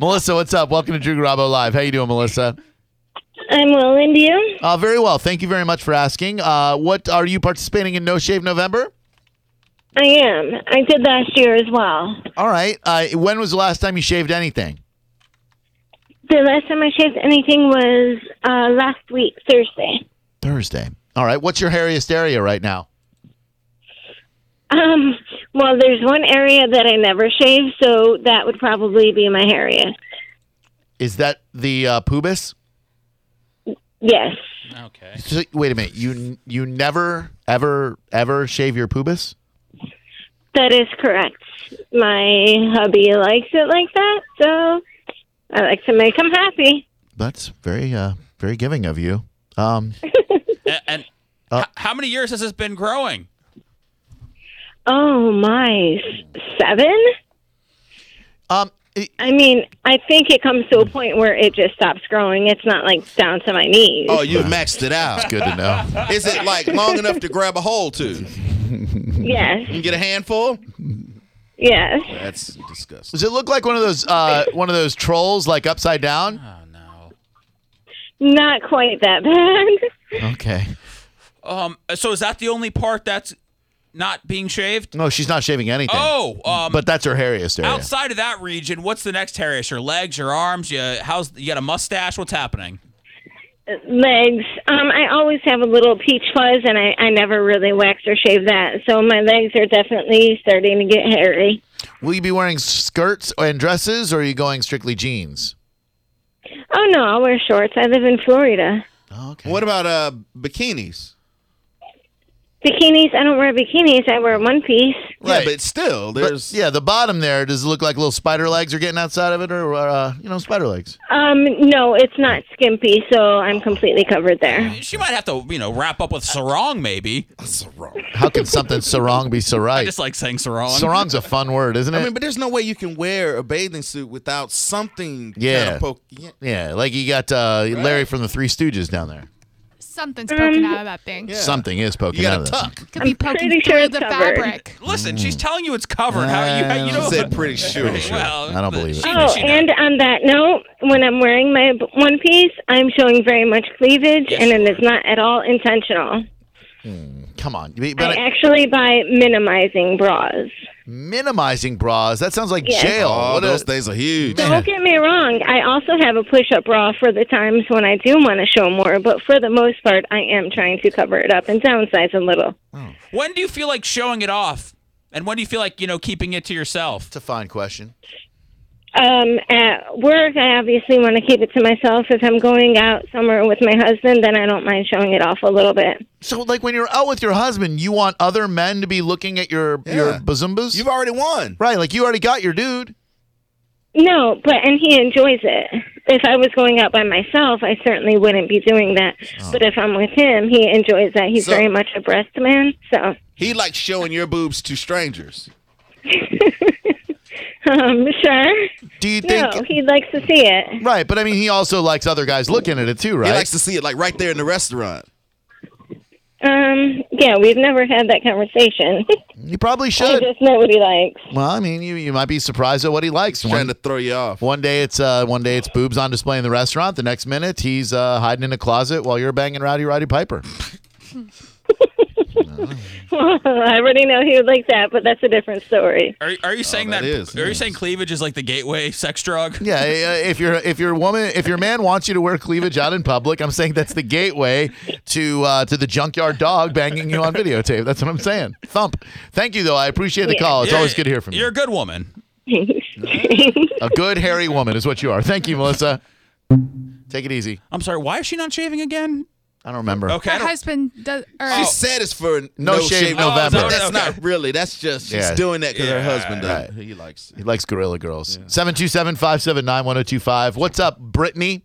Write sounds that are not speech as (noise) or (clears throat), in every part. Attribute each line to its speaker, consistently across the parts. Speaker 1: Melissa, what's up? Welcome to Drew Garabo Live. How you doing, Melissa?
Speaker 2: I'm well, and you?
Speaker 1: Uh, very well. Thank you very much for asking. Uh, what are you participating in No Shave November?
Speaker 2: I am. I did last year as well.
Speaker 1: All right. Uh, when was the last time you shaved anything?
Speaker 2: The last time I shaved anything was uh, last week, Thursday.
Speaker 1: Thursday. All right. What's your hairiest area right now?
Speaker 2: Um, well, there's one area that I never shave, so that would probably be my hairiest.
Speaker 1: Is that the uh, pubis?
Speaker 2: Yes.
Speaker 3: Okay.
Speaker 1: So- Wait a minute. You you never ever ever shave your pubis?
Speaker 2: That is correct. My hubby likes it like that, so I like to make him happy.
Speaker 1: That's very uh very giving of you. Um,
Speaker 3: and and
Speaker 1: Uh,
Speaker 3: h- how many years has this been growing?
Speaker 2: Oh my, seven?
Speaker 1: um i-
Speaker 2: I mean, I think it comes to a point where it just stops growing. It's not like down to my knees.
Speaker 4: Oh, you've maxed it out.
Speaker 1: good to know.
Speaker 4: Is it like long enough to grab a hole to
Speaker 2: Yes,
Speaker 4: and get a handful?
Speaker 2: yes.
Speaker 4: That's disgusting.
Speaker 1: Does it look like one of those uh one of those trolls like upside down?
Speaker 3: Oh no.
Speaker 2: Not quite that (laughs) bad.
Speaker 1: Okay.
Speaker 3: Um. So is that the only part that's not being shaved?
Speaker 1: No, she's not shaving anything.
Speaker 3: Oh. Um.
Speaker 1: But that's her hairiest area.
Speaker 3: outside of that region, what's the next hairiest? Your legs, your arms, you how's you got a mustache? What's happening?
Speaker 2: legs. Um, I always have a little peach fuzz, and I, I never really wax or shave that. So my legs are definitely starting to get hairy.
Speaker 1: Will you be wearing skirts and dresses, or are you going strictly jeans?
Speaker 2: Oh no, I'll wear shorts. I live in Florida.
Speaker 1: Okay.
Speaker 4: What about uh bikinis?
Speaker 2: Bikinis. I don't wear bikinis. I wear one piece.
Speaker 1: Right.
Speaker 4: Yeah, but still,
Speaker 1: But,
Speaker 4: there's
Speaker 1: yeah, the bottom there. Does it look like little spider legs are getting outside of it, or uh, you know, spider legs?
Speaker 2: Um, no, it's not skimpy, so I'm completely covered there.
Speaker 3: She might have to, you know, wrap up with sarong maybe.
Speaker 4: That's wrong.
Speaker 1: How
Speaker 4: (laughs)
Speaker 1: can something sarong be
Speaker 3: I
Speaker 1: sarai?
Speaker 3: just like saying sarong.
Speaker 1: Sarong's a fun word, isn't it?
Speaker 4: I mean, but there's no way you can wear a bathing suit without something. Kind
Speaker 1: Yeah.
Speaker 4: of poke- yeah.
Speaker 1: yeah, like you got uh, Larry from the Three Stooges down there.
Speaker 5: Something's poking out of that thing.
Speaker 4: Yeah.
Speaker 1: Something is poking
Speaker 4: You got
Speaker 1: out of
Speaker 4: a
Speaker 1: that.
Speaker 4: tuck.
Speaker 5: Could be poking
Speaker 2: pretty
Speaker 5: through
Speaker 2: sure it's
Speaker 5: the
Speaker 2: covered.
Speaker 5: fabric.
Speaker 3: Listen, she's
Speaker 1: Mm.
Speaker 3: telling you it's covered. How you, you
Speaker 1: Uh,
Speaker 3: know?
Speaker 1: she
Speaker 4: said pretty sure.
Speaker 3: Well,
Speaker 1: I don't believe it.
Speaker 3: she-
Speaker 2: Oh,
Speaker 3: she-
Speaker 2: and on that note, when I'm wearing my b- one piece, I'm showing very much cleavage, and it is not at all intentional.
Speaker 1: Come on, but
Speaker 2: I
Speaker 1: but
Speaker 2: actually buy minimizing bras.
Speaker 1: minimizing bras. That sounds like
Speaker 2: Yes.
Speaker 1: jail.
Speaker 4: Oh,
Speaker 1: What a-
Speaker 4: those things are huge.
Speaker 1: Man.
Speaker 2: Don't get me wrong. I also have a push-up bra for the times when I do want to show more, but for the most part, I am trying to cover it up and downsize a little.
Speaker 3: when do you feel like showing it off? And when do you feel like, you know, keeping it to yourself?
Speaker 1: It's a fine question.
Speaker 2: Um, at work, I obviously want to keep it to myself. If I'm going out somewhere with my husband, then I don't mind showing it off a little bit.
Speaker 1: So, like when you're out with your husband, you want other men to be looking at your your
Speaker 4: Yeah.
Speaker 1: bazumbas,
Speaker 4: You've already won.
Speaker 1: right? Like you already got your dude.
Speaker 2: No, but and he enjoys it. If I was going out by myself, I certainly wouldn't be doing that. But if I'm with him, he enjoys that. He's
Speaker 4: So-
Speaker 2: very much a breast man, so (laughs)
Speaker 4: He likes showing your boobs to strangers.
Speaker 2: um, sure.
Speaker 1: Do you think?
Speaker 2: No, he likes to see it.
Speaker 1: Right, but I mean, he also likes other guys looking at it too, right?
Speaker 4: He likes to see it like right there in the restaurant.
Speaker 2: Um, yeah, we've never had
Speaker 6: (laughs)
Speaker 2: that conversation.
Speaker 1: you probably
Speaker 2: I
Speaker 1: should.
Speaker 2: just know what he likes. (laughs)
Speaker 1: Well, I mean, you, you might be surprised at what he likes.
Speaker 4: Trying
Speaker 1: One,
Speaker 4: to throw you off.
Speaker 1: one day it's uh, one day it's boobs on display in the restaurant. The next minute he's uh, hiding in a closet while you're banging Rowdy Roddy Piper.
Speaker 2: I already know he would like that, but that's a different story. (laughs)
Speaker 3: Are, are
Speaker 1: Oh,
Speaker 3: you saying
Speaker 4: that
Speaker 3: that,
Speaker 4: is,
Speaker 3: are you
Speaker 4: yes.
Speaker 3: saying cleavage is like the gateway (laughs) sex drug?
Speaker 1: Yeah, uh, if your if your woman if your man wants you to wear cleavage out in public, I'm saying that's the gateway to uh, to the junkyard dog banging you on videotape. That's what I'm saying. Thump. Thank you though. I appreciate the call. It's always good to hear from
Speaker 3: You're
Speaker 1: you.
Speaker 3: a good woman.
Speaker 1: A good hairy woman is what you are. Thank you, Melissa. Take it easy.
Speaker 3: I'm sorry, why is she not shaving again?
Speaker 1: I don't remember.
Speaker 3: Okay. I
Speaker 5: Her
Speaker 3: don't-
Speaker 5: husband does. Or, oh,
Speaker 4: She said it's for
Speaker 1: No
Speaker 4: no,
Speaker 1: Shave
Speaker 4: shave November.
Speaker 1: November. Oh,
Speaker 4: that's
Speaker 3: okay.
Speaker 4: not really. That's just she's
Speaker 1: Yeah.
Speaker 4: doing that because her husband does. He likes
Speaker 1: He
Speaker 4: it.
Speaker 1: likes Gorilla Girls. 727 579 1025. What's up, Brittany?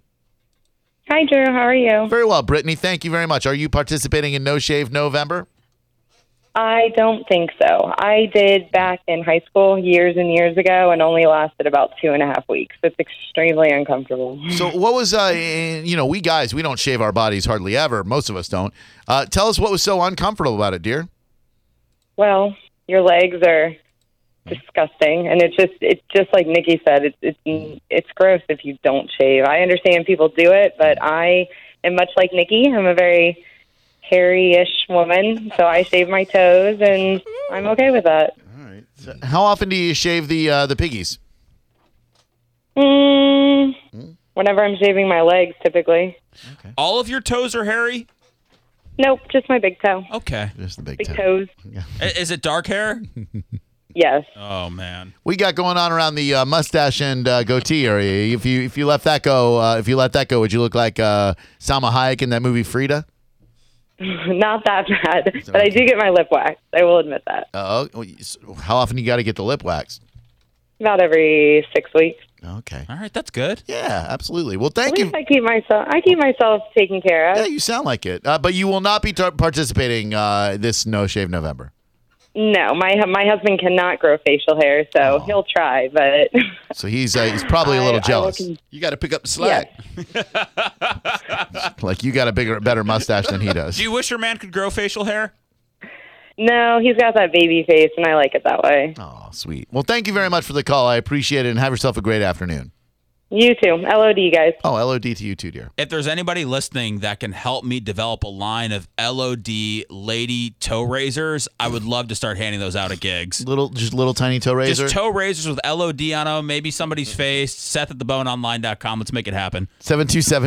Speaker 2: Hi, Drew. How are you?
Speaker 1: Very well, Brittany. Thank you very much. Are you participating in No Shave November?
Speaker 6: I don't think so. I did back in high school years and years ago and only lasted about two and a half weeks. It's extremely uncomfortable.
Speaker 1: So, what was, uh, in- you know, we guys, we don't shave our bodies hardly ever. Most of us don't. Uh, tell us what was so uncomfortable about it, dear.
Speaker 6: Well, your legs are disgusting, and it's just it's just like Nikki said, it's it's it's gross if you don't shave. I understand people do it, but I am much like Nikki. I'm a very hairy-ish woman, so I shave my toes, and I'm okay with that.
Speaker 1: All right. So how often do you shave the uh, the piggies?
Speaker 6: Mm, whenever I'm shaving my legs, typically.
Speaker 3: All of your toes are hairy?
Speaker 6: Nope, just my big toe.
Speaker 3: Okay.
Speaker 1: Just the big,
Speaker 6: Big
Speaker 1: toe.
Speaker 6: toes.
Speaker 3: I- Is it dark hair?
Speaker 6: Yes. (laughs)
Speaker 3: Oh man.
Speaker 1: We got going on around the uh, mustache and uh, goatee area. If you if you left that go, uh, if you let that go, would you look like uh, Salma Hayek in that movie Frida?
Speaker 6: Not that bad, but I do get my lip waxed. I will admit that.
Speaker 1: Uh, oh, you- s- how often you got to get the lip wax?
Speaker 6: About every six weeks.
Speaker 1: Okay.
Speaker 3: All right, that's good.
Speaker 1: Yeah, absolutely. Well,
Speaker 6: At
Speaker 1: thank you.
Speaker 6: least I keep myself. I keep myself taken care of.
Speaker 1: Yeah, you sound like it. Uh, but you will not be tar- participating uh, this No Shave November.
Speaker 6: No, my my husband cannot grow facial hair, so he'll try, but (laughs)
Speaker 1: So he's uh, he's probably a
Speaker 6: I-
Speaker 1: little
Speaker 6: I will
Speaker 1: jealous.
Speaker 6: con-
Speaker 4: You got to pick up the
Speaker 6: yes.
Speaker 4: slack.
Speaker 1: Like you got a bigger, better mustache
Speaker 3: (laughs)
Speaker 1: than he does.
Speaker 3: Do you wish your man could grow facial hair?
Speaker 6: No, he's got that baby face, and I like it that way.
Speaker 1: oh, sweet. Well, thank you very much for the call. I appreciate it, and have yourself a great afternoon.
Speaker 6: You too. LOD, you guys.
Speaker 1: Oh, LOD to you too, dear.
Speaker 3: If there's anybody listening that can help me develop a line of LOD lady toe razors, I would love to start handing those out at gigs.
Speaker 1: Little, just little tiny toe razor.
Speaker 3: Just toe razors with LOD on them, maybe somebody's face. Seth at theboneonline.com. Let's make it happen.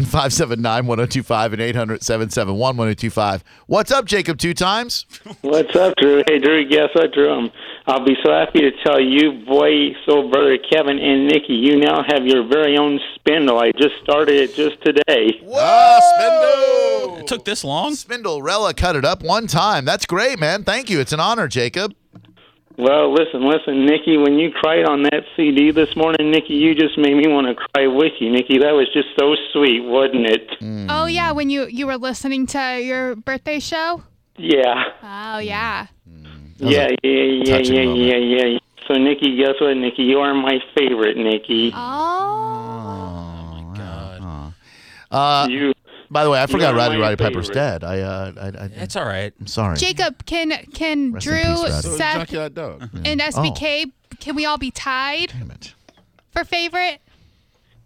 Speaker 1: 727-579-1025 and 800-771-1025. What's up, Jacob? Two times?
Speaker 7: What's up, Drew? Hey, Drew, guess what, Drew? Um, I'll be so happy to tell you, boy, soul brother Kevin and Nikki, you now have your very own spindle. I just started it just today.
Speaker 1: Oh, Ah, Spindle!
Speaker 3: It took this long?
Speaker 1: Spindle Rella cut it up one time. That's great, man. Thank you. It's an honor, Jacob.
Speaker 7: Well, listen, listen, Nikki, when you cried on that CD this morning, Nikki, you just made me want to cry with you, Nikki. That was just so sweet, wasn't it?
Speaker 1: Mm.
Speaker 5: Oh yeah, when you you were listening to your birthday show.
Speaker 7: Yeah.
Speaker 5: Oh yeah.
Speaker 7: Yeah, yeah, yeah,
Speaker 1: touching
Speaker 7: yeah,
Speaker 1: moment.
Speaker 7: yeah, yeah. So, Nikki, guess what, Nikki? You are my favorite, Nikki.
Speaker 5: Oh.
Speaker 7: you.
Speaker 1: By the way, I forgot
Speaker 7: You're
Speaker 1: Roddy
Speaker 7: my
Speaker 1: Roddy Piper's
Speaker 7: favorite.
Speaker 1: dead. I, uh, I, I
Speaker 3: It's all right.
Speaker 1: I'm sorry.
Speaker 5: Jacob, can can
Speaker 1: Rest in
Speaker 5: Drew,
Speaker 1: peace, Oh. Rowdy.
Speaker 4: So
Speaker 5: Seth,
Speaker 4: junkyard dog.
Speaker 5: and SBK, can we all be tied
Speaker 1: Damn it.
Speaker 5: for favorite?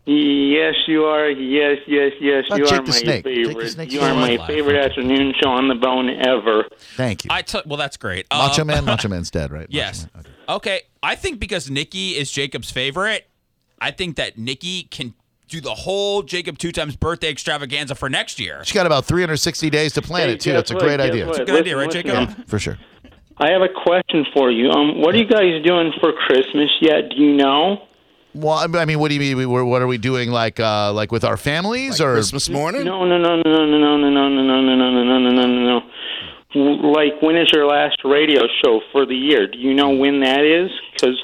Speaker 7: Yes, you are. Yes, yes, yes,
Speaker 1: Oh,
Speaker 7: you
Speaker 1: Jake
Speaker 7: are
Speaker 1: the
Speaker 7: my
Speaker 1: Snake. Jake the
Speaker 7: favorite.
Speaker 1: Snake's
Speaker 7: you are
Speaker 1: still
Speaker 7: my
Speaker 3: alive.
Speaker 7: favorite afternoon show on the bone ever.
Speaker 1: Thank you.
Speaker 3: I took well that's great. Uh,
Speaker 1: Macho
Speaker 3: (laughs)
Speaker 1: Man, Macho Man's dead, right? Macho
Speaker 3: Yes.
Speaker 1: Man. Okay.
Speaker 3: Okay. I think because Nikki is Jacob's favorite, I think that Nikki can do the whole Jacob two times birthday extravaganza for next year.
Speaker 1: She's got about 360 days to plan
Speaker 7: Hey,
Speaker 1: it, too.
Speaker 7: guess
Speaker 1: That's a
Speaker 7: what,
Speaker 1: great
Speaker 7: guess
Speaker 1: idea.
Speaker 7: what?
Speaker 3: Good idea, right,
Speaker 7: Listen,
Speaker 3: Jacob?
Speaker 7: listen, um,
Speaker 1: For sure.
Speaker 7: I have a question for you. Um, what are you guys doing for Christmas yet? Do you know?
Speaker 1: Well, I- I mean, what do you mean? we- we're- What are we doing? Like, uh, like with our families, or
Speaker 4: Christmas morning.
Speaker 7: No, no, no, no, no, no, no, no, no, no, no, no, no, no, no, no, no, no. Like, when is your last radio show for the year? Do you know when that is? Because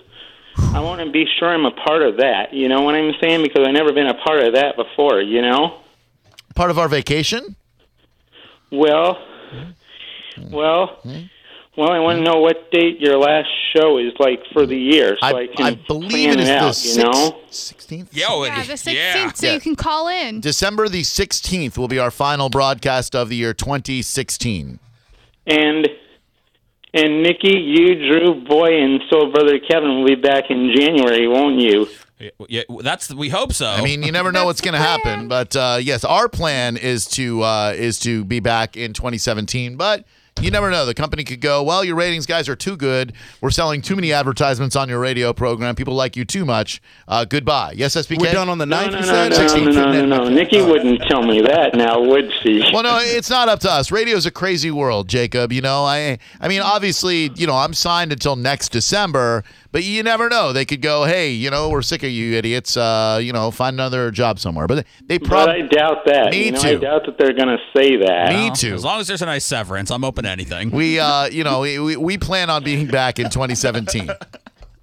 Speaker 7: I want to be sure I'm a part of that. You know what I'm saying? Because I've never been a part of that before. You know.
Speaker 1: part of our vacation?
Speaker 7: Well,
Speaker 1: Hmm.
Speaker 7: well, well. I want to know what date your last show is like for the year, so I,
Speaker 1: I,
Speaker 7: can
Speaker 1: I believe
Speaker 7: plan
Speaker 1: it is
Speaker 7: out. you
Speaker 1: the
Speaker 7: know,
Speaker 1: sixteenth.
Speaker 3: Yo,
Speaker 5: Yeah,
Speaker 3: it-
Speaker 5: the 16th,
Speaker 3: yeah.
Speaker 5: so
Speaker 1: Yeah.
Speaker 5: you can call in.
Speaker 1: December the sixteenth will be our final broadcast of the year 2016.
Speaker 7: and and Nikki, you, Drew, boy, and so brother Kevin will be back in January, won't you?
Speaker 3: Yeah, yeah, that's we hope so.
Speaker 1: I mean, you never know what's going to happen, but uh, yes, our plan is to uh, is to be back in 2017. But you never know; the company could go, "Well, your ratings guys are too good. We're selling too many advertisements on your radio program. People like you too much. Uh, goodbye." Yes, SBK.
Speaker 4: We're done on the
Speaker 7: No,
Speaker 4: ninth.
Speaker 7: no,
Speaker 4: you
Speaker 7: no,
Speaker 4: said?
Speaker 7: no, no,
Speaker 4: 16th,
Speaker 7: no, no,
Speaker 4: isn't it?
Speaker 7: no. Nikki wouldn't tell me that now, would she?
Speaker 1: Well, no, it's not up to us. Radio's a crazy world, Jacob. You know, I, I mean, obviously, you know, I'm signed until next December, but you never know. They could go, hey, you know, we're sick of you idiots. Uh, you know, find another job somewhere. But they
Speaker 7: But I
Speaker 1: probably
Speaker 7: doubt that.
Speaker 1: Me
Speaker 7: you know,
Speaker 1: too.
Speaker 7: I doubt that they're going to say that.
Speaker 1: Me
Speaker 3: Well,
Speaker 1: too.
Speaker 3: As long as there's a nice severance, I'm open to anything.
Speaker 1: we, uh, you know, we, we- we plan on being back in 2017.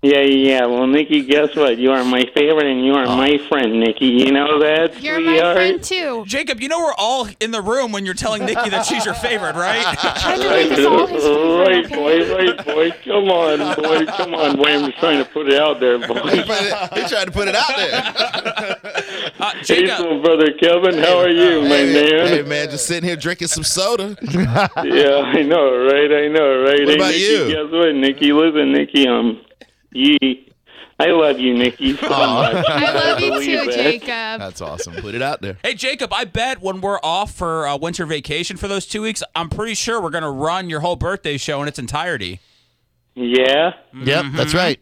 Speaker 7: Yeah, yeah. Well, Nikki, guess what? You are my favorite, and you are
Speaker 1: Oh.
Speaker 7: my friend, Nikki. You know that.
Speaker 5: You're my
Speaker 7: sweetheart?
Speaker 5: friend too.
Speaker 3: Jacob, you know we're all in the room when you're telling Nikki that she's your
Speaker 1: (laughs)
Speaker 3: favorite, right?
Speaker 5: I
Speaker 7: Right,
Speaker 5: believe it's all his favorite,
Speaker 7: right,
Speaker 5: okay?
Speaker 7: boy, right, boy. Come on, boy. Come
Speaker 5: (laughs)
Speaker 7: on, boy. I'm trying to put it out there, boy.
Speaker 4: He tried to put it out
Speaker 7: (laughs)
Speaker 4: there.
Speaker 3: Uh,
Speaker 7: Hey,
Speaker 3: Jacob,
Speaker 7: so brother Kevin, how are you, my
Speaker 4: Hey
Speaker 7: man?
Speaker 4: man, just sitting here drinking some soda.
Speaker 7: Yeah, I know, right? I know, right?
Speaker 4: What
Speaker 7: hey,
Speaker 4: about
Speaker 7: Nikki,
Speaker 4: you?
Speaker 7: Guess what, Nikki? Listen, Nikki. Um, Yee. I love you, Nikki. So
Speaker 4: (laughs)
Speaker 1: Aw.
Speaker 7: much.
Speaker 5: I love you
Speaker 7: Believe
Speaker 5: too,
Speaker 7: it.
Speaker 5: Jacob.
Speaker 1: That's awesome.
Speaker 4: Put it out there.
Speaker 3: Hey, Jacob, I bet when we're off for uh, winter vacation for those two weeks, I'm pretty sure we're going to run your whole birthday show in its entirety.
Speaker 7: Yeah.
Speaker 1: Yep, that's right.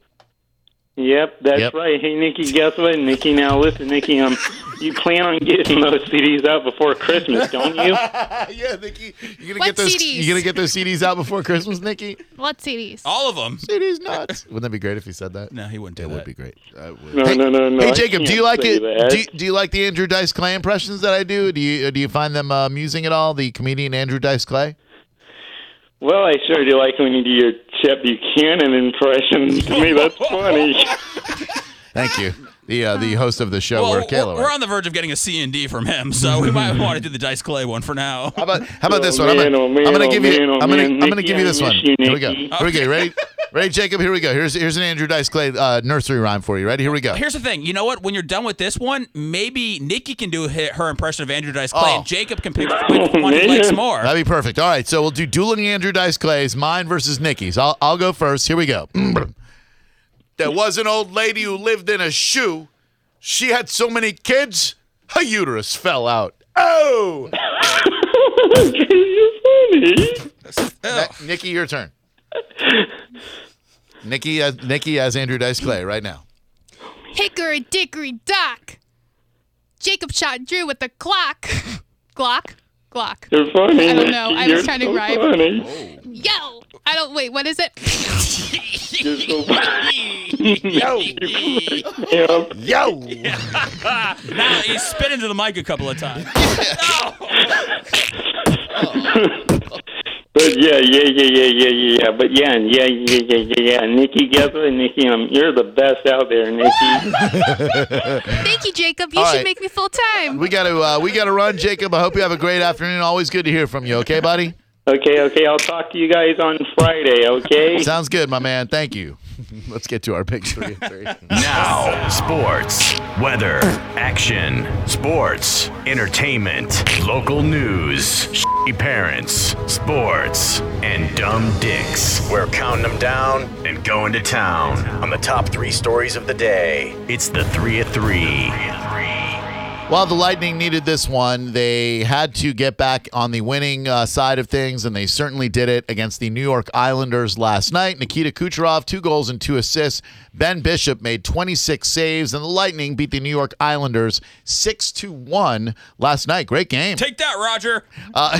Speaker 7: Yep, that's
Speaker 1: Yep.
Speaker 7: right. Hey, Nikki, guess what? Nikki, now listen, Nikki, um, you plan on getting (laughs) those CDs out before Christmas, don't
Speaker 1: (laughs)
Speaker 7: you?
Speaker 1: yeah, Nikki, you gonna
Speaker 5: What
Speaker 1: get those?
Speaker 5: CDs?
Speaker 1: You gonna get those CDs out before Christmas, Nikki?
Speaker 5: What CDs?
Speaker 3: All of them.
Speaker 1: CDs nuts. (laughs) Wouldn't that be great if you said that?
Speaker 3: No, he wouldn't do
Speaker 1: That
Speaker 3: that.
Speaker 1: would be great.
Speaker 7: No, no, no, no.
Speaker 1: Hey
Speaker 7: I
Speaker 1: Jacob, do
Speaker 7: can't
Speaker 1: you like
Speaker 7: say
Speaker 1: it?
Speaker 7: that.
Speaker 1: Do you, do you like the Andrew Dice Clay impressions that I do? Do you do you find them uh, amusing at all? The comedian Andrew Dice Clay.
Speaker 7: Well, I sure do like when you do your Chet Buchanan (laughs) impression. to me, that's funny.
Speaker 1: Thank you. The uh, the host of the show,
Speaker 3: Well,
Speaker 1: where
Speaker 3: we're,
Speaker 1: Kayla.
Speaker 3: we're on the verge of getting a C and D from him, so we (laughs) might want to do the Dice Clay one for now.
Speaker 1: How about how about
Speaker 7: Oh,
Speaker 1: this one? I'm
Speaker 7: man,
Speaker 1: gonna,
Speaker 7: oh, man,
Speaker 1: I'm gonna
Speaker 7: oh,
Speaker 1: give
Speaker 7: man,
Speaker 1: you
Speaker 7: oh,
Speaker 1: I'm gonna
Speaker 7: man.
Speaker 1: I'm gonna
Speaker 7: Nikki,
Speaker 1: give you
Speaker 7: I
Speaker 1: this
Speaker 7: miss
Speaker 1: one.
Speaker 7: you,
Speaker 1: Here we go.
Speaker 7: Nikki.
Speaker 1: Here we go. Ready? Ready, Jacob? Here we go. Here's here's an Andrew Dice Clay uh, nursery rhyme for you. Ready? Here we go.
Speaker 3: (laughs) Here's the thing. You know what? When you're done with this one, maybe Nikki can do hi- her impression of Andrew Dice Clay,
Speaker 1: Oh.
Speaker 3: and Jacob can pick (laughs) which one he likes
Speaker 7: man.
Speaker 3: more.
Speaker 1: That'd be perfect. All right, so we'll do dueling Andrew Dice Clays, mine versus Nikki's. I'll, I'll go first. Here we go. (clears throat) there was an old lady who lived in a shoe. She had so many kids, her uterus fell out. Oh!
Speaker 7: You're funny.
Speaker 1: Ni- Nikki, your turn. Nikki, as, Nikki as Andrew Dice Clay right now.
Speaker 5: Hickory dickory dock. Jacob shot Drew with the clock. (laughs) Glock. Glock.
Speaker 7: You're funny.
Speaker 5: I don't know.
Speaker 7: Nikki.
Speaker 5: I was
Speaker 7: You're
Speaker 5: trying to
Speaker 7: so
Speaker 5: rhyme.
Speaker 7: Funny.
Speaker 5: Yo! I don't wait, what is it?
Speaker 7: You're so funny. Yo.
Speaker 1: Yo!
Speaker 3: now he spit into the mic a couple of (laughs) times.
Speaker 7: But yeah, yeah, yeah, yeah, yeah, yeah, yeah. But yeah, and yeah, yeah, yeah, yeah, yeah. Nikki, guess what? Nikki, um, you're the best out there, Nikki.
Speaker 5: Thank you, Jacob. You
Speaker 1: All
Speaker 5: should
Speaker 1: right.
Speaker 5: make me full time.
Speaker 1: We gotta uh, we gotta run, Jacob. I hope you have a great afternoon. Always good to hear from you. Okay, buddy.
Speaker 7: okay, okay. I'll talk to you guys on Friday. Okay.
Speaker 1: Sounds good, my man. Thank you. (laughs) Let's get to our pick three and three.
Speaker 8: Now, sports, weather, action, sports, entertainment, local news, shitty parents, sports, and dumb dicks. We're counting them down and going to town on the top three stories of the day. It's the three of three.
Speaker 1: (laughs) While the Lightning needed this one, they had to get back on the winning uh, side of things, and they certainly did it against the New York Islanders last night. Nikita Kucherov, two goals and two assists. Ben Bishop made 26 saves, and the Lightning beat the New York Islanders 6 to 1 last night. Great game.
Speaker 3: Take that, Roger.
Speaker 1: Uh, (laughs)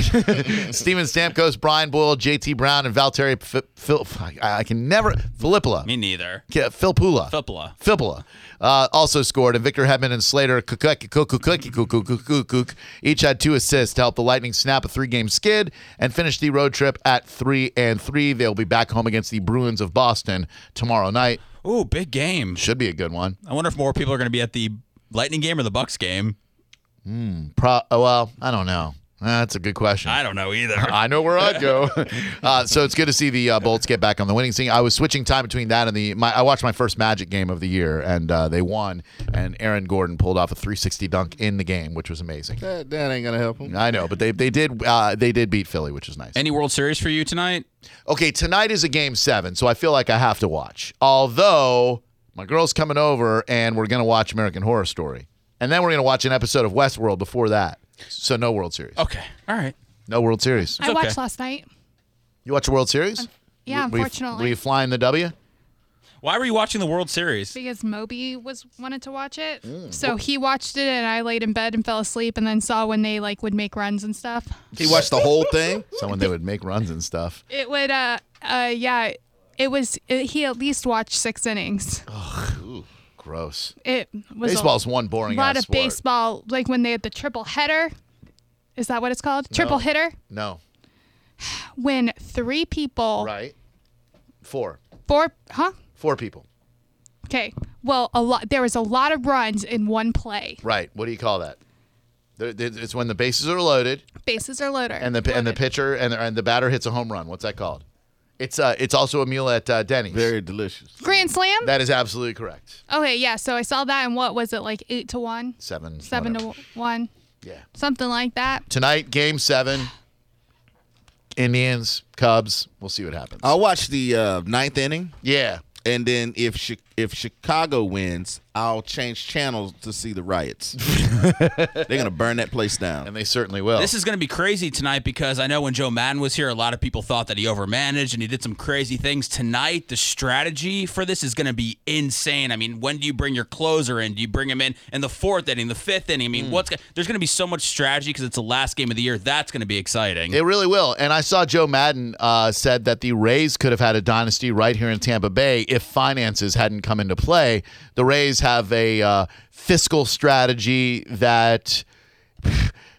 Speaker 1: Steven Stamkos, Brian Boyle, JT Brown, and Valtteri F- Phil. I I can never. Filipula.
Speaker 3: Me neither.
Speaker 1: Yeah, Philpula.
Speaker 3: Philpula.
Speaker 1: Philpula. Uh, also scored, and Victor Hedman and Slater Kukuk- Kukuk- Kukuk- Kukuk- Kukuk- Kukuk each had two assists to help the Lightning snap a three-game skid and finish the road trip at three and three. They'll be back home against the Bruins of Boston tomorrow night.
Speaker 3: Ooh, big game.
Speaker 1: Should be a good one.
Speaker 3: I wonder if more people are going to be at the Lightning game or the Bucks game.
Speaker 1: Pro- oh, well, I don't know. Uh, That's a good question.
Speaker 3: I don't know either. (laughs)
Speaker 1: I know where I'd go. (laughs) uh, so it's good to see the uh, Bolts get back on the winning scene. I was switching time between that and the. My, I watched my first Magic game of the year, and uh, they won. And Aaron Gordon pulled off a 360 dunk in the game, which was amazing.
Speaker 4: That, that ain't gonna help him.
Speaker 1: I know, but they they did uh, they did beat Philly, which is nice.
Speaker 3: Any World Series for you tonight?
Speaker 1: Okay, tonight is a game seven, so I feel like I have to watch. Although my girl's coming over, and we're gonna watch American Horror Story, and then we're gonna watch an episode of Westworld before that. So no World Series.
Speaker 3: Okay. All right.
Speaker 1: No World Series.
Speaker 5: I watched
Speaker 3: okay.
Speaker 5: last night.
Speaker 1: You watch the World Series?
Speaker 5: Yeah,
Speaker 1: Were you-
Speaker 5: unfortunately.
Speaker 1: were you flying the W?
Speaker 3: Why were you watching the World Series?
Speaker 5: because Moby was wanted to watch it. So he watched it and I laid in bed and fell asleep and then saw when they like would make runs and stuff.
Speaker 4: He watched the whole thing.
Speaker 1: someone that would make runs and stuff.
Speaker 5: It would uh uh yeah, it was it, he at least watched 6 innings.
Speaker 1: Gross.
Speaker 5: It was a
Speaker 1: Baseball's one boring
Speaker 5: lot
Speaker 1: ass
Speaker 5: of
Speaker 1: sport.
Speaker 5: baseball like when they had the triple header. Is that what it's called? Triple hitter
Speaker 1: No.
Speaker 5: when three people
Speaker 1: Right. Four.
Speaker 5: four huh?
Speaker 1: Four people.
Speaker 5: Okay. Well, a lot there was a lot of runs in one play.
Speaker 1: Right. What do you call that? There- there- It's when the bases are loaded
Speaker 5: Bases are loaded.
Speaker 1: and the and the pitcher and the, and the batter hits a home run. What's that called? It's uh it's also a meal at uh, Denny's.
Speaker 4: Very delicious.
Speaker 5: grand slam?
Speaker 1: that is absolutely correct.
Speaker 5: Okay, yeah. So I saw that, and what was it like eight to one,
Speaker 1: Seven.
Speaker 5: seven
Speaker 1: whatever.
Speaker 5: to one,
Speaker 1: Yeah.
Speaker 5: something like that.
Speaker 1: Tonight, game seven. Indians, Cubs. We'll see what happens.
Speaker 4: I watched the uh, ninth inning.
Speaker 1: Yeah.
Speaker 4: and then if Chi- if Chicago wins, I'll change channels to see the (laughs) riots. They're gonna burn that place down.
Speaker 1: and they certainly will.
Speaker 3: This is going to be crazy tonight because I know when Joe Madden was here, a lot of people thought that he overmanaged and he did some crazy things. Tonight, the strategy for this is going to be insane. I mean, when do you bring your closer in? Do you bring him in in the fourth inning, the fifth inning? I mean, what's go- there's going to be so much strategy because it's the last game of the year. That's going to be exciting.
Speaker 1: It really will. And I saw Joe Madden uh, said that the Rays could have had a dynasty right here in Tampa Bay if finances hadn't come into play. The Rays have a uh, fiscal strategy that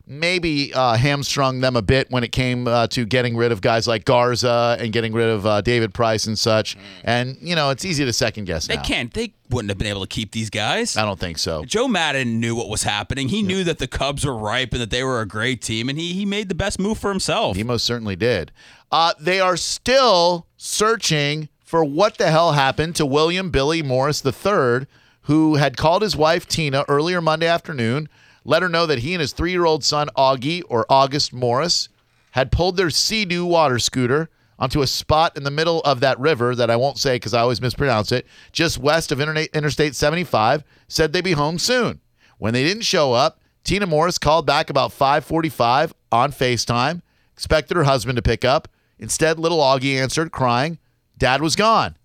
Speaker 1: maybe uh, hamstrung them a bit when it came uh, to getting rid of guys like Garza and getting rid of uh, David Price and such. And, you know, it's easy to second guess
Speaker 3: Mm. they
Speaker 1: now.
Speaker 3: can't. They wouldn't have been able to keep these guys.
Speaker 1: I don't think so.
Speaker 3: Joe Madden knew what was happening. He knew that the Cubs were ripe and that they were a great team, and he he made the best move for himself.
Speaker 1: He most certainly did. Uh, they are still searching for what the hell happened to William Billy Morris III, who had called his wife Tina earlier Monday afternoon, let her know that he and his three year old son Augie or August Morris had pulled their Sea-Doo water scooter onto a spot in the middle of that river that I won't say because I always mispronounce it, just west of Interna- Interstate 75, said they'd be home soon. When they didn't show up, Tina Morris called back about 5:45 on FaceTime, expected her husband to pick up. Instead, little Augie answered crying, "Dad was gone."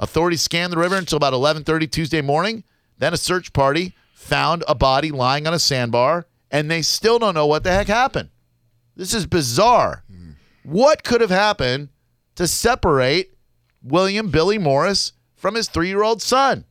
Speaker 1: Authorities scanned the river until about 11:30 Tuesday morning. Then a search party found a body lying on a sandbar, and they still don't know what the heck happened. This is bizarre. What could have happened to separate William Billy Morris from his three-year-old son?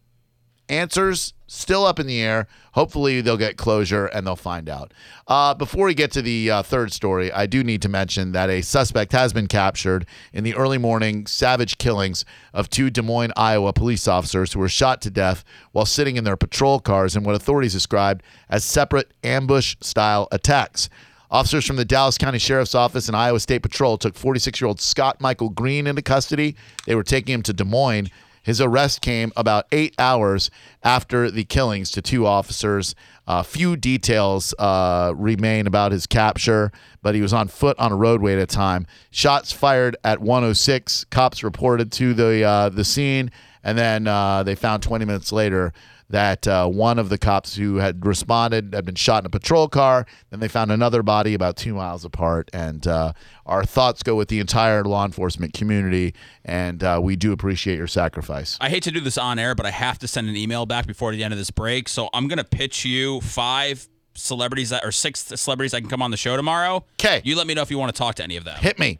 Speaker 1: Answers still up in the air. Hopefully, they'll get closure and they'll find out. Uh, before we get to the uh, third story, I do need to mention that a suspect has been captured in the early morning savage killings of two Des Moines, Iowa police officers who were shot to death while sitting in their patrol cars in what authorities described as separate ambush style attacks. Officers from the Dallas County Sheriff's Office and Iowa State Patrol took 46 year old Scott Michael Green into custody. They were taking him to Des Moines. His arrest came about eight hours after the killings to two officers. Uh, few details uh, remain about his capture, but he was on foot on a roadway at a time. Shots fired at 106. Cops reported to the uh, the scene, and then uh, they found 20 minutes later that uh, one of the cops who had responded had been shot in a patrol car. Then they found another body about two miles apart. And uh, our thoughts go with the entire law enforcement community. And uh, we do appreciate your sacrifice.
Speaker 3: I hate to do this on air, but I have to send an email back before the end of this break. So I'm gonna pitch you five celebrities that or six celebrities that can come on the show tomorrow.
Speaker 1: 'Kay.
Speaker 3: You let me know if you want to talk to any of them.
Speaker 1: Hit me.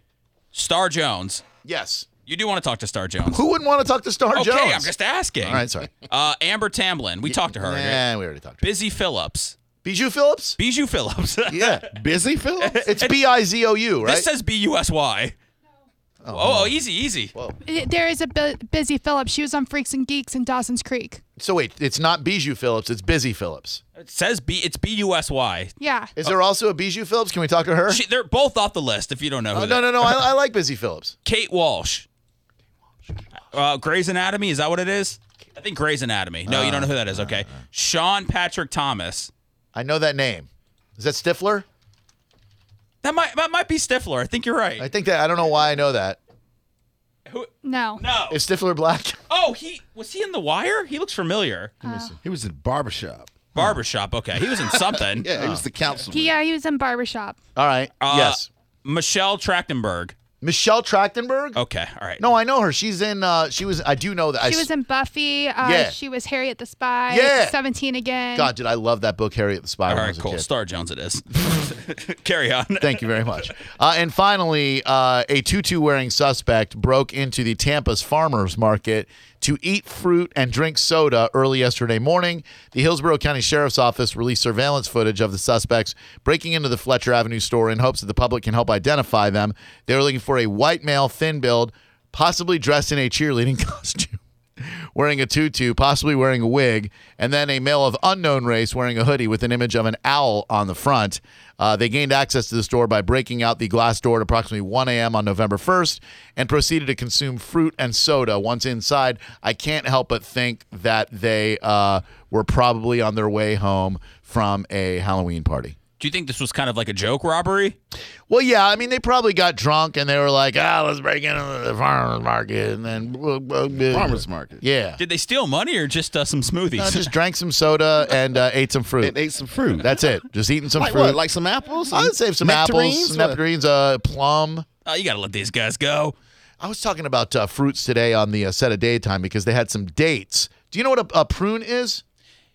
Speaker 3: Star Jones.
Speaker 1: Yes.
Speaker 3: You do want to talk to Star Jones.
Speaker 1: Who wouldn't want to talk to Star
Speaker 3: okay,
Speaker 1: Jones?
Speaker 3: I'm just asking.
Speaker 1: All right, sorry.
Speaker 3: Uh, Amber Tamblyn. We talked to her. right?
Speaker 1: Yeah, we already talked. to
Speaker 3: Busy Phillips.
Speaker 1: Bijou Phillips?
Speaker 3: Bijou Phillips. (laughs)
Speaker 1: yeah.
Speaker 4: Busy Phillips.
Speaker 1: It's B I Z O U, right?
Speaker 3: This says B U S Y. Oh, oh, easy, easy.
Speaker 5: Uh, There is a bu- busy Phillips. She was on Freaks and Geeks in Dawson's Creek.
Speaker 1: so wait, it's not Bijou Phillips, it's Busy Phillips.
Speaker 3: It says B. It's B U S Y.
Speaker 5: Yeah.
Speaker 1: Is there also a Bijou Phillips? Can we talk to her?
Speaker 3: Oh. She- They're both off the list. If you don't know who
Speaker 1: Oh,
Speaker 3: they
Speaker 1: no, no, no. I, I like Busy Phillips.
Speaker 3: Kate Walsh. Uh, Grey's Anatomy, is that what it is? I think Grey's Anatomy. No, you don't know who that is. Okay. Sean Patrick Thomas.
Speaker 1: I know that name. Is that Stifler?
Speaker 3: That might that might be Stifler. I think you're right.
Speaker 1: I think that I don't know why I know that.
Speaker 3: who,
Speaker 5: No.
Speaker 3: no.
Speaker 1: Is Stifler black? (laughs)
Speaker 3: Oh, he was he in The Wire? He looks familiar.
Speaker 4: he was in barbershop.
Speaker 3: Barbershop. Okay. He was
Speaker 1: (laughs)
Speaker 3: in something.
Speaker 4: Yeah, he was the counselor.
Speaker 5: He, yeah, he was in Barbershop.
Speaker 1: All right.
Speaker 3: Uh,
Speaker 1: yes.
Speaker 3: Michelle Trachtenberg.
Speaker 1: Michelle Trachtenberg.
Speaker 3: Okay. All right.
Speaker 1: No, I know her. She's in. Uh, she was. I do know that. I
Speaker 5: She
Speaker 1: s-
Speaker 5: was in Buffy. Uh,
Speaker 1: Yeah.
Speaker 5: She was Harriet the Spy.
Speaker 1: Yeah.
Speaker 5: 17 again.
Speaker 1: God, did I love that book, Harriet the Spy?
Speaker 3: All
Speaker 1: when I
Speaker 3: right,
Speaker 1: was a
Speaker 3: cool.
Speaker 1: kid.
Speaker 3: Star Jones it is. (laughs) Carry on.
Speaker 1: (laughs) Thank you very much. Uh, and finally, uh, a tutu wearing suspect broke into the Tampa's farmers market to eat fruit and drink soda early yesterday morning. The Hillsborough County Sheriff's Office released surveillance footage of the suspects breaking into the Fletcher Avenue store in hopes that the public can help identify them. They were looking for a white male, thin build, possibly dressed in a cheerleading (laughs) costume wearing a tutu, possibly wearing a wig, and then a male of unknown race wearing a hoodie with an image of an owl on the front. Uh, they gained access to the store by breaking out the glass door at approximately 1 a.m. on November 1st and proceeded to consume fruit and soda. Once inside, I can't help but think that they uh, were probably on their way home from a Halloween party.
Speaker 3: Do you think this was kind of like a joke robbery?
Speaker 1: Well, yeah, I mean, they probably got drunk and they were like, ah, let's break into the farmer's market and then
Speaker 4: Farmers market.
Speaker 1: Yeah.
Speaker 3: Did they steal money or just uh, some smoothies?
Speaker 1: No, just drank some soda and uh, ate some fruit.
Speaker 4: And ate (laughs) some fruit.
Speaker 1: That's it. Just eating some
Speaker 4: like
Speaker 1: fruit.
Speaker 4: what? Like some apples?
Speaker 1: I'd save some apples, some
Speaker 4: What?
Speaker 1: nectarines, uh, plum.
Speaker 3: (laughs) oh, you got to let these guys go.
Speaker 1: I was talking about uh, fruits today on the uh, set of daytime because they had some dates. Do you know what a, a prune is?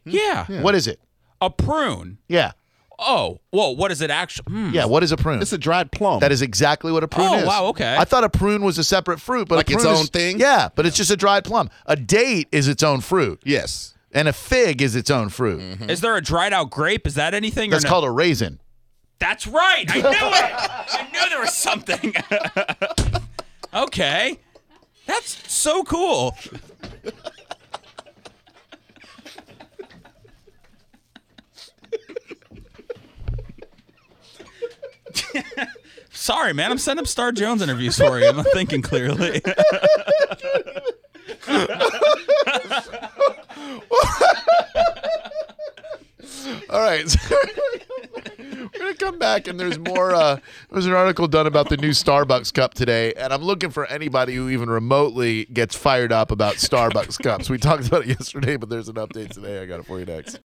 Speaker 1: Hmm.
Speaker 3: Yeah.
Speaker 1: What is it?
Speaker 3: A prune.
Speaker 1: Yeah.
Speaker 3: Oh, whoa. What is it actually? Mm.
Speaker 1: Yeah. What is a prune?
Speaker 4: Hmm. It's a dried plum.
Speaker 1: that is exactly what a prune
Speaker 3: Oh,
Speaker 1: is.
Speaker 3: wow, okay.
Speaker 1: I thought a prune was a separate fruit, but
Speaker 4: Like
Speaker 1: a
Speaker 4: its
Speaker 1: prune is-
Speaker 4: own thing?
Speaker 1: Yeah, but it's just a dried plum. A date is its own fruit,
Speaker 4: yes.
Speaker 1: and a fig is its own fruit.
Speaker 4: Mm-hmm.
Speaker 3: Is there a dried out grape? Is that anything?
Speaker 1: That's
Speaker 3: or no?
Speaker 1: called a raisin.
Speaker 3: That's right. I knew it. I knew there was something. (laughs) okay. That's so cool. (laughs) Sorry, man. I'm setting up Star Jones interviews for you. I'm not thinking clearly. (laughs)
Speaker 1: All right. (laughs) so We're gonna come back and there's more. Uh, there was an article done about the new Starbucks cup today, and I'm looking for anybody who even remotely gets fired up about Starbucks cups. We talked about it yesterday, but there's an update today. I got it for you next.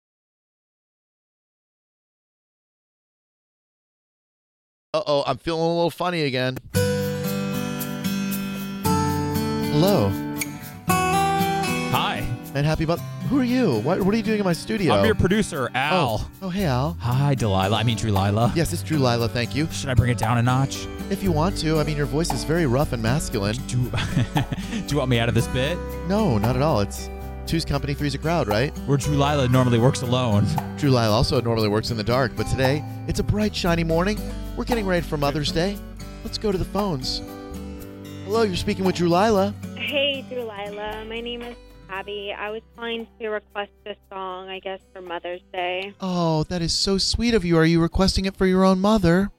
Speaker 1: Uh oh, I'm feeling a little funny again. Hello
Speaker 3: Hi.
Speaker 1: and happy about. Who are you? What, what are you doing in my studio?
Speaker 3: I'm your producer, Al.
Speaker 1: Oh, hey Al.
Speaker 3: Hi, Delilah. I mean, Delilah.
Speaker 1: Yes, it's Drew Lila. Thank you.
Speaker 3: Should I bring it down a notch?
Speaker 1: If you want to, I mean, your voice is very rough and masculine.
Speaker 3: Do, (laughs) do you want me out of this bit?
Speaker 1: No, not at all. It's two's company, three's a crowd, right?
Speaker 3: Where Drew Lila normally works alone.
Speaker 1: Drew Lyle also normally works in the dark, but today it's a bright, shiny morning. We're getting ready for Mother's Day. Let's go to the phones. Hello, you're speaking with Drew Lila.
Speaker 9: Hey, Delilah. My name is Abby. I was calling to request a song, I guess, for Mother's Day.
Speaker 1: Oh, that is so sweet of you. Are you requesting it for your own mother?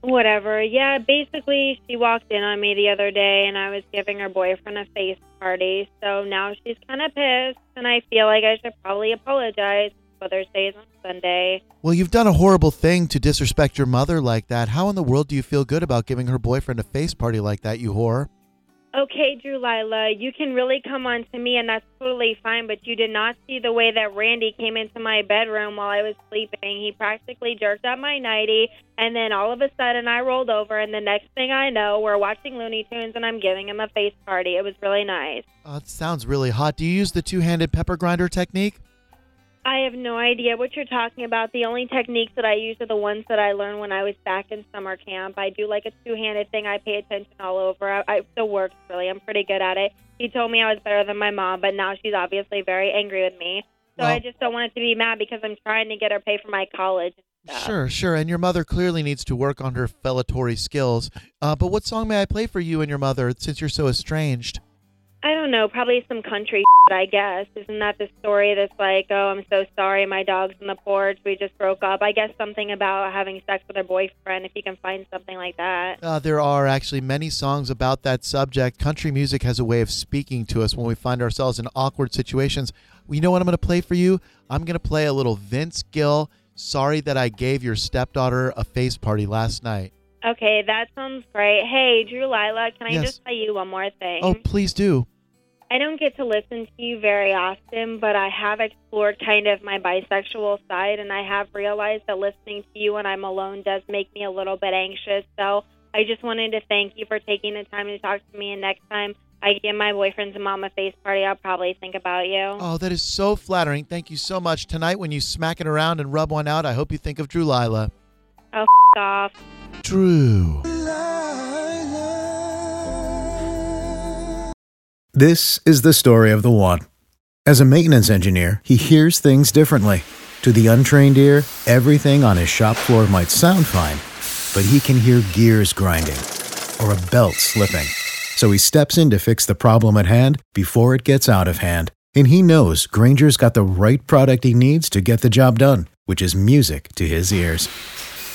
Speaker 9: Whatever. Yeah, basically, she walked in on me the other day and I was giving her boyfriend a face party. So now she's kind of pissed, and I feel like I should probably apologize. Mother's Day is on Sunday.
Speaker 1: Well, you've done a horrible thing to disrespect your mother like that. How in the world do you feel good about giving her boyfriend a face party like that, you whore?
Speaker 9: Okay, Drew Lila, you can really come on to me, and that's totally fine, but you did not see the way that Randy came into my bedroom while I was sleeping. He practically jerked up my nightie, and then all of a sudden I rolled over, and the next thing I know, we're watching Looney Tunes, and I'm giving him a face party. It was really nice.
Speaker 1: Oh, it sounds really hot. Do you use the two handed pepper grinder technique?
Speaker 9: I have no idea what you're talking about. The only techniques that I use are the ones that I learned when I was back in summer camp. I do like a two-handed thing. I pay attention all over. I, I still works really. I'm pretty good at it. He told me I was better than my mom, but now she's obviously very angry with me. So
Speaker 1: Well-
Speaker 9: I just don't want it to be mad because I'm trying to get her pay for my college. and stuff.
Speaker 1: Sure, sure. And your mother clearly needs to work on her fellatory skills. Uh, but what song may I play for you and your mother since you're so estranged?
Speaker 9: I don't know, probably some country shit, I guess. Isn't that the story that's like, oh, I'm so sorry, my dog's on the porch, we just broke up. I guess something about having sex with her boyfriend, if you can find something like that.
Speaker 1: Uh, there are actually many songs about that subject. Country music has a way of speaking to us when we find ourselves in awkward situations. You know what I'm going to play for you? I'm going to play a little Vince Gill. Sorry that I gave your stepdaughter a face party last night.
Speaker 9: Okay, that sounds great. Hey, Drew Lila, can I
Speaker 1: Yes.
Speaker 9: just tell you one more thing?
Speaker 1: Oh, please do.
Speaker 9: I don't get to listen to you very often, but I have explored kind of my bisexual side, and I have realized that listening to you when I'm alone does make me a little bit anxious. So I just wanted to thank you for taking the time to talk to me, and next time I give my boyfriend's mom a face party, I'll probably think about you.
Speaker 1: Oh, that is so flattering. Thank you so much. Tonight, when you smack it around and rub one out, I hope you think of Drew Lila.
Speaker 9: Oh, f- off.
Speaker 1: Drew.
Speaker 10: This is the story of the one. As a maintenance engineer, he hears things differently. To the untrained ear, everything on his shop floor might sound fine, but he can hear gears grinding or a belt slipping. So he steps in to fix the problem at hand before it gets out of hand. And he knows Granger's got the right product he needs to get the job done, which is music to his ears.